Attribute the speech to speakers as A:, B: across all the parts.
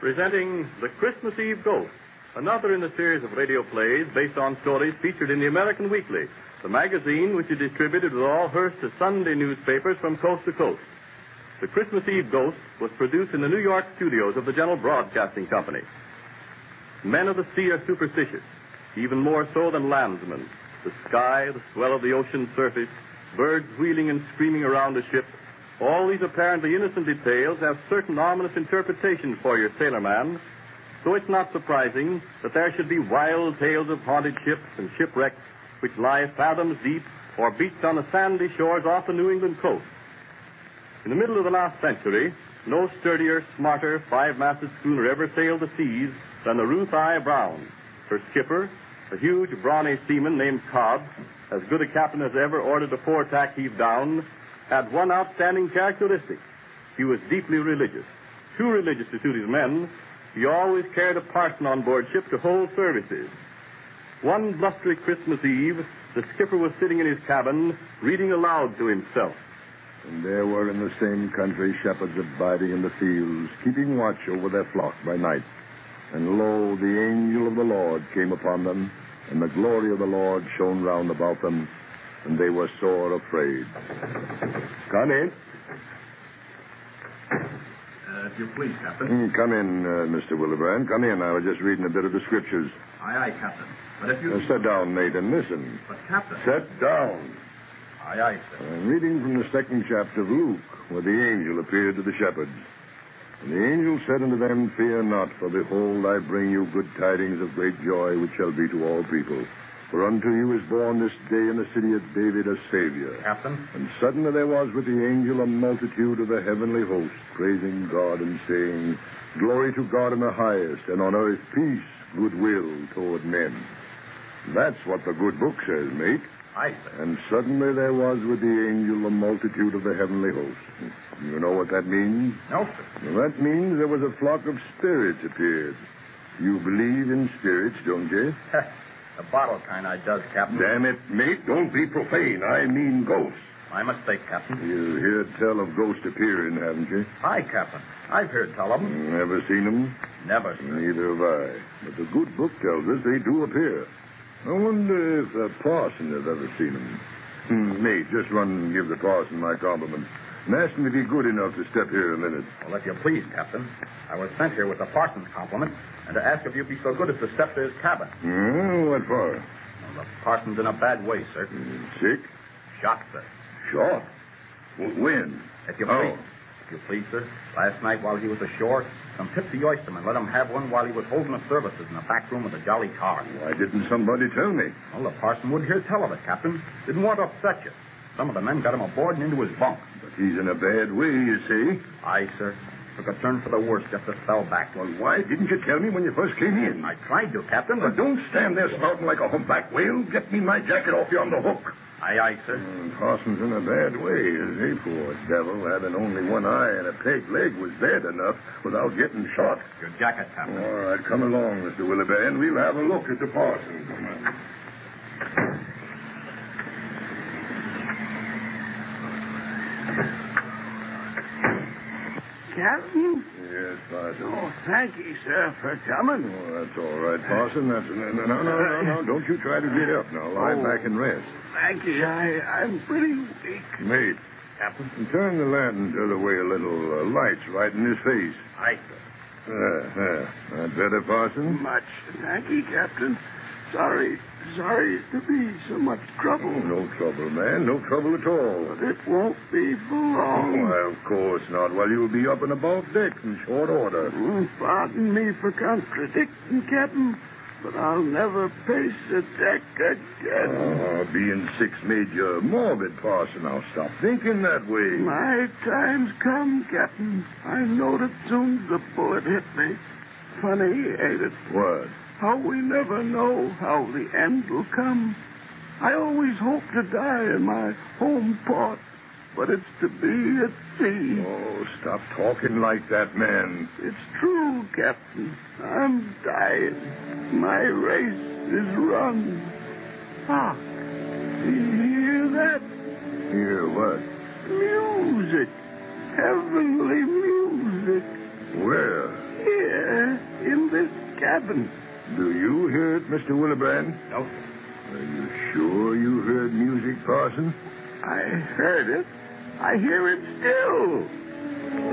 A: Presenting The Christmas Eve Ghost, another in the series of radio plays based on stories featured in the American Weekly, the magazine which is distributed with all Hearst to Sunday newspapers from coast to coast. The Christmas Eve Ghost was produced in the New York studios of the General Broadcasting Company. Men of the sea are superstitious, even more so than landsmen. The sky, the swell of the ocean surface, birds wheeling and screaming around a ship, all these apparently innocent details have certain ominous interpretations for your sailorman. So it's not surprising that there should be wild tales of haunted ships and shipwrecks which lie fathoms deep or beached on the sandy shores off the New England coast. In the middle of the last century, no sturdier, smarter, five-masted schooner ever sailed the seas than the Ruth I. Brown. Her skipper, a huge, brawny seaman named Cobb, as good a captain as ever ordered a four-tack heave down, had one outstanding characteristic. He was deeply religious. Too religious to suit his men, he always carried a parson on board ship to hold services. One blustery Christmas Eve, the skipper was sitting in his cabin, reading aloud to himself.
B: And there were in the same country shepherds abiding in the fields, keeping watch over their flock by night. And lo, the angel of the Lord came upon them, and the glory of the Lord shone round about them, and they were sore afraid. Come in.
C: Uh, if you please, Captain.
B: Mm, Come in, uh, Mr. Willibrand. Come in. I was just reading a bit of the scriptures.
C: Aye, aye, Captain. But if you.
B: Now, sit down, mate, and listen.
C: But, Captain.
B: Sit down.
C: Aye, aye, sir.
B: I'm reading from the second chapter of Luke, where the angel appeared to the shepherds. And the angel said unto them, Fear not, for behold, I bring you good tidings of great joy, which shall be to all people. For unto you is born this day in the city of David a Savior.
C: Captain?
B: And suddenly there was with the angel a multitude of the heavenly host, praising God and saying, Glory to God in the highest, and on earth peace, goodwill toward men. That's what the good book says, mate.
C: Aye, sir.
B: And suddenly there was with the angel a multitude of the heavenly host. You know what that means?
C: No, sir.
B: Well, that means there was a flock of spirits appeared. You believe in spirits, don't you?
C: the bottle kind I does, Captain.
B: it, mate, don't be profane. I mean ghosts.
C: My mistake, Captain.
B: You hear tell of ghosts appearing, haven't you?
C: Aye, Captain. I've heard tell of 'em.
B: Never seen them?
C: Never, sir.
B: Neither have I. But the good book tells us they do appear. I wonder if the parson has ever seen them. Hmm, mate, just run and give the parson my compliments. And ask him if he's good enough to step here a minute.
C: Well, if you please, Captain. I was sent here with the parson's compliment and to ask if you'd be so good as to step to his cabin.
B: Hmm, what for?
C: Well, the parson's in a bad way, sir.
B: Hmm, Sick?
C: Shot, sir.
B: Shot? W- When?
C: If you
B: Oh.
C: please. If you please, sir. Last night while he was ashore, some tipsy oystermen let him have one while he was holding the services in the back room of the Jolly Tar.
B: Why didn't somebody tell me?
C: Well, the parson would hear tell of it, Captain. Didn't want to upset you. Some of the men got him aboard and into his bunk.
B: But he's in a bad way, you see.
C: Aye, sir. Took a turn for the worse just as fell back.
B: Well, why didn't you tell me when you first came in?
C: I tried to, Captain,
B: Now,
C: but...
B: don't stand there snouting like a humpback whale. Get me my jacket off you on the hook.
C: Aye, aye, sir.
B: Parson's in a bad way, is he? Poor devil, having only one eye and a peg leg was bad enough without getting shot.
C: Your jacket, Captain.
B: All right, come along, Mr. Willoughby, and we'll have a look at the parson. Come on.
D: Captain?
B: Yes, Parson.
D: Oh, thank you, sir, for
B: Oh,
D: coming.
B: that's all right, Parson. That's no, no, no, no, no, no. Don't you try to get up now. Lie
D: Oh.
B: back and rest.
D: Thank you. I, I'm pretty weak.
B: Mate,
C: Captain?
B: turn the lantern the other way a little. Uh, light's right in his face.
C: Aye, sir.
B: Uh, uh, that better, Parson?
D: Much. Thank you, Captain. Sorry, sorry to be so much
B: Oh,
D: trouble,
B: no trouble, man. No trouble at all.
D: but it won't be for long.
B: Why, of course not. Well, you'll be up and about deck in short order.
D: Mm, Pardon me for contradicting, Captain, but I'll never pace a deck again.
B: Oh, being six made you a morbid, Parson. Now stop thinking that way.
D: My time's come, Captain. I knowed it soon the bullet hit me. Funny, ain't it?
B: What?
D: How we never know how the end'll come. I always hope to die in my home port, but it's to be at sea.
B: Oh, stop talking like that, man.
D: It's true, Captain. I'm dying. My race is run. Hark! Do you hear that?
B: Hear what?
D: Music. Heavenly music.
B: Where?
D: Here, in this cabin.
B: Do you hear it, Mr. Willibrand?
C: No, sir.
B: Are you sure you heard music, Parson?
D: I heard it. I hear it still.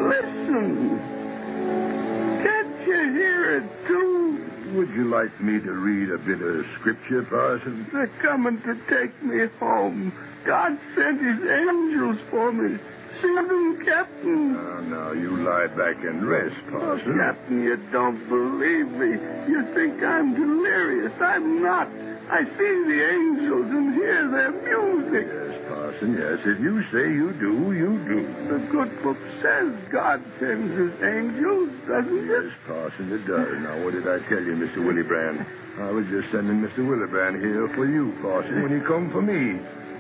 D: Listen. Can't you hear it, too?
B: Would you like me to read a bit of scripture, Parson?
D: They're coming to take me home. God sent his angels for me. See them, Captain.
B: Now, now, you lie back and rest,
D: Oh,
B: Parson.
D: Captain, you don't believe me. You think I'm delirious. I'm not. I see the angels and hear their music.
B: Yes, Parson, yes. If you say you do, you do.
D: The good book says God sends his angels, doesn't
B: Yes,
D: it?
B: Parson, it does. Now, what did I tell you, Mr. Willibrand? I was just sending Mr. Willibrand here for you, Parson, when he come for me.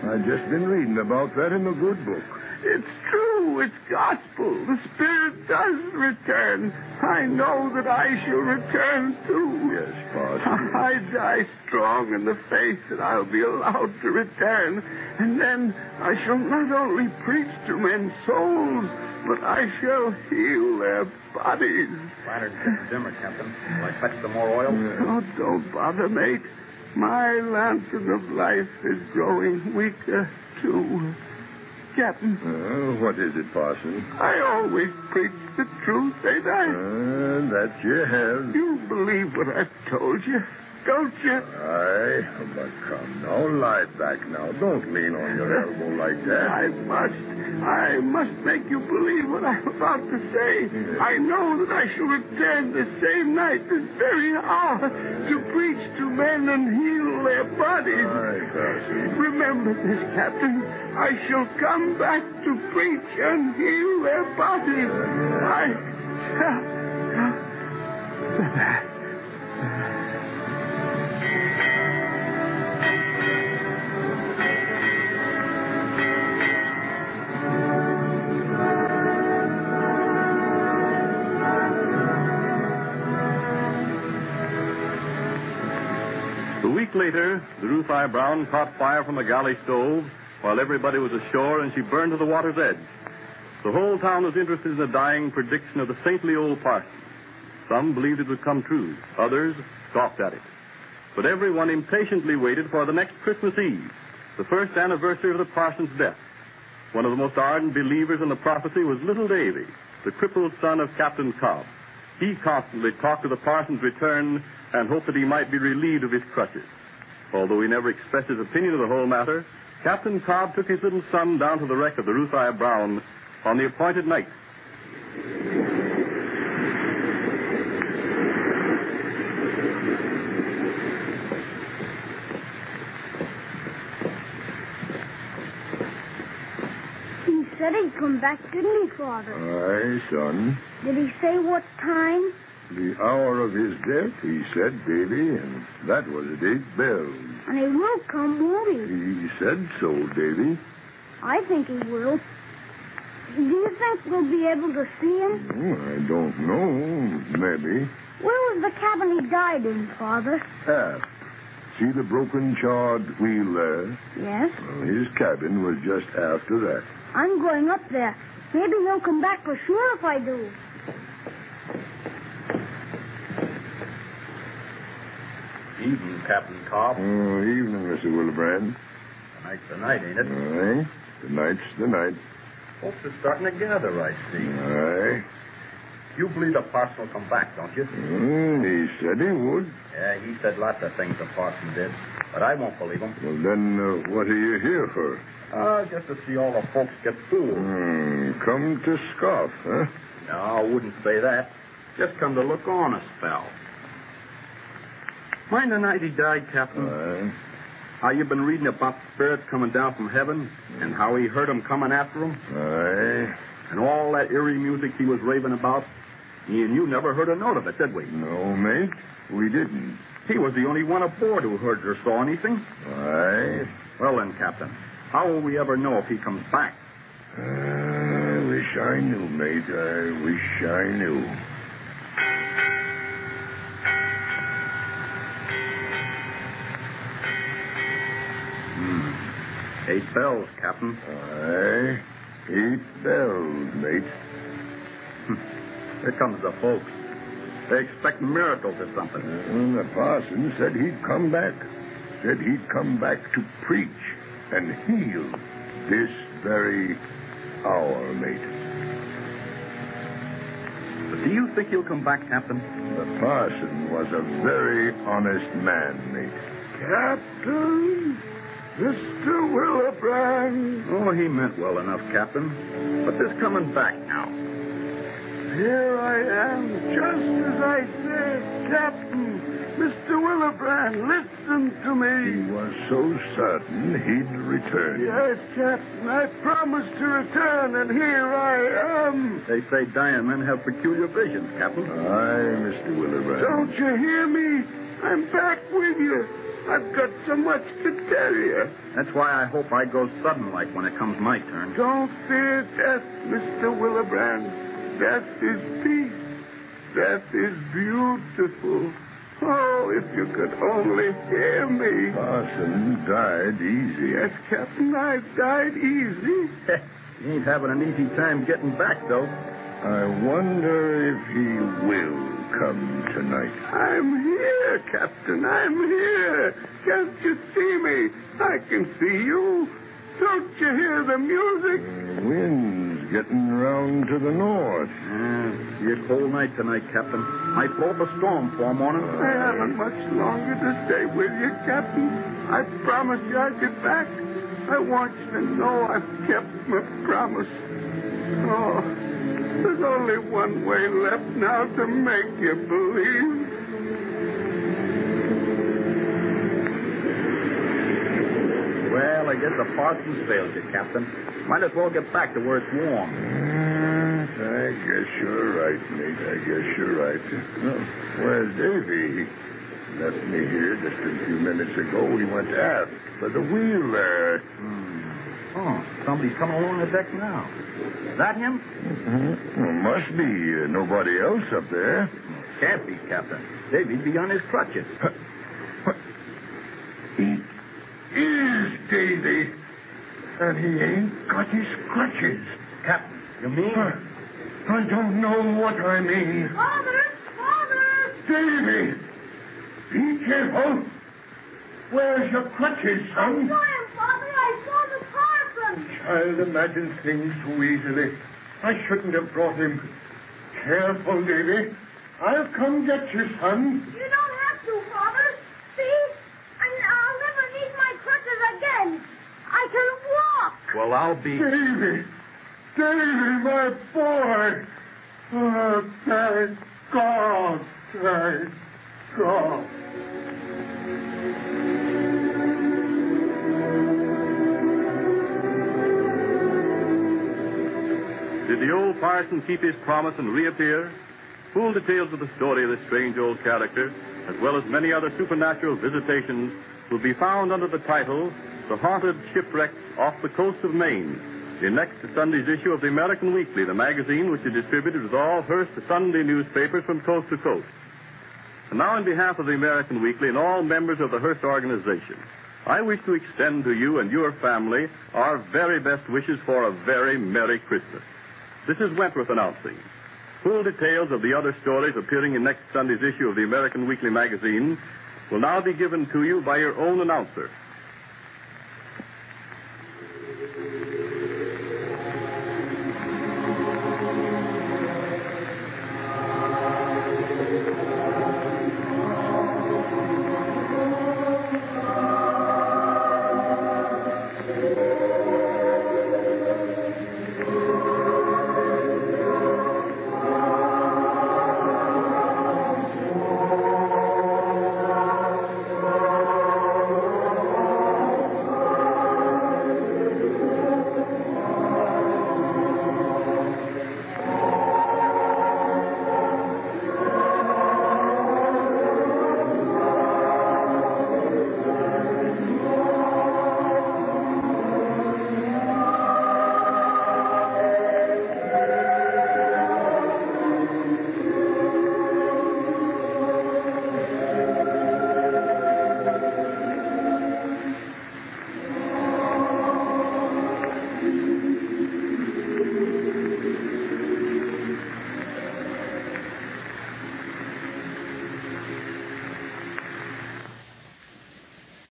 B: i just been reading about that in the good book.
D: It's true. It's gospel. The Spirit does return. I know that I shall return too.
B: Yes, Parson. yes.
D: I die strong in the faith that I'll be allowed to return, and then I shall not only preach to men's souls, but I shall heal their bodies.
C: Flattered gets dimmer, Captain. Will I fetch some more oil?
D: Oh, don't bother, mate. My lantern of life is growing weaker, too. Captain,
B: Uh, what is it, Parson?
D: I always preach the truth, ain't I?
B: Uh, that you have.
D: You believe what I've told you, don't you?
B: Aye, but come now, lie back now. Don't lean on your elbow like that.
D: I must. I must make you believe what I'm about to say.
B: Yes.
D: I know that I shall return this same night, this very hour, to preach to men and heal their bodies.
B: Aye, Parson.
D: Remember this, Captain. I shall come back to preach and heal their bodies. I.
A: A week later, the Ruth I. Brown caught fire from the galley stove while everybody was ashore and she burned to the water's edge. The whole town was interested in the dying prediction of the saintly old parson. Some believed it would come true, others scoffed at it. But everyone impatiently waited for the next Christmas Eve, the first anniversary of the parson's death. One of the most ardent believers in the prophecy was Little Davy, the crippled son of Captain Cobb. He constantly talked of the parson's return and hoped that he might be relieved of his crutches. Although he never expressed his opinion of the whole matter, Captain Cobb took his little son down to the wreck of the Ruthia Brown on the appointed night.
E: He said he'd come back, didn't he, Father?
B: Aye, son.
E: Did he say what time?
B: The hour of his death, he said, Davy, and that was at eight bells.
E: And he will come, won't he?
B: He said so, Davy.
E: I think he will. Do you think we'll be able to see him?
B: Oh, I don't know. Maybe.
E: Where was the cabin he died in, Father?
B: Half. Ah, See the broken charred wheel there?
E: Yes.
B: Well, his cabin was just after that.
E: I'm going up there. Maybe he'll come back for sure if I do.
C: Evening, Captain Cobb.
B: Oh, evening, Mr. Willibrand.
C: Tonight's the night, ain't it?
B: Aye. The night's the night.
C: Folks are starting to gather, I see.
B: Aye.
C: You believe the parson will come back, don't you?
B: Mm, he said he would.
C: Yeah, he said lots of things the parson did, but I won't believe him.
B: Well, then, uh, what are you here for?
C: Uh, just to see all the folks get fooled.
B: Hmm, come to scoff, huh?
C: No, I wouldn't say that. Just come to look on a spell. Mind the night he died, Captain?
B: Aye.
C: how you been reading about spirits coming down from heaven and how he heard 'em coming after him?
B: Aye.
C: And all that eerie music he was raving about? You, you never heard a note of it, did we?
B: No, mate. We didn't.
C: He was the only one aboard who heard or saw anything.
B: Aye.
C: Well, then, Captain, how will we ever know if he comes back?
B: I wish I knew, mate. I wish I knew.
C: Eight bells, Captain.
B: Aye. Eight bells, mate.
C: Here comes the folks. They expect miracles or something.
B: And Hmm, the parson said he'd come back. Said he'd come back to preach and heal this very hour, mate.
C: But do you think he'll come back, Captain?
B: The parson was a very honest man, mate. Captain, Mr. Willebrand,
C: Oh, he meant well enough, Captain. But this coming back now.
B: here I am, just as I said, Captain.
D: Mr. Willebrand, listen to me.
B: He was so certain he'd return.
D: Yes, Captain, I promised to return, and here I am.
C: They say dying men have peculiar visions, Captain.
B: Aye, Mr. Willebrand.
D: Don't you hear me? I'm back with you. I've got so much to tell you.
C: That's why I hope I go sudden like when it comes my turn.
D: Don't fear death, Mr. Willebrand. Death is peace. Death is beautiful. Oh, if you could only hear me.
B: Parson died easy.
D: Yes, Captain, I've died easy.
C: he ain't having an easy time getting back, though.
B: I wonder if he will come tonight.
D: I'm here, Captain. I'm here. Can't you see me? I can see you. Don't you hear the music?
B: The wind's getting round to the north.
C: Yeah, be Ah, a cold night tonight, Captain. Might blow up a storm for morning.
D: I haven't much longer to stay with you, Captain. I promise you I'll get back. I want you to know I've kept my promise. Oh, there's only one way left now to make you believe.
C: Well, I guess the parson's failed you, Captain. Might as well get back to where it's warm.
B: Yes, Mm, I guess you're right, mate. I guess you're right. Well, where's Davy? He left me here just a few minutes ago. He went aft for the wheel there.
C: Oh, somebody's coming along the deck now. Is that him?
B: Mm-hmm. Well, must be uh, nobody else up there.
C: Can't be, Captain. Davy'd be on his crutches.
B: Is Davy? And he ain't got his crutches.
C: Captain, you mean?
B: I don't know what I mean.
E: Father! Father!
B: Davy! Be careful! Where's your crutches, son?
E: him, Father! I saw the parson!
B: Child imagines things too easily. I shouldn't have brought him. Careful, Davy. I'll come get you, son.
E: You don't have to, Father. See? And I'll never need my crutches again. I can walk.
C: Well, I'll be.
B: Davy! Davy, my boy! Oh, thank God! Thank God!
A: Did the old parson keep his promise and reappear? Full details of the story of this strange old character, as well as many other supernatural visitations, will be found under the title The Haunted Shipwrecks Off the Coast of Maine, in next Sunday's issue of the American Weekly, the magazine which is distributed with all Hearst Sunday newspapers from coast to coast. And now, on behalf of the American Weekly and all members of the Hearst organization, I wish to extend to you and your family our very best wishes for a very Merry Christmas. This is Wentworth announcing. Full details of the other stories appearing in next Sunday's issue of the American Weekly magazine will now be given to you by your own announcer.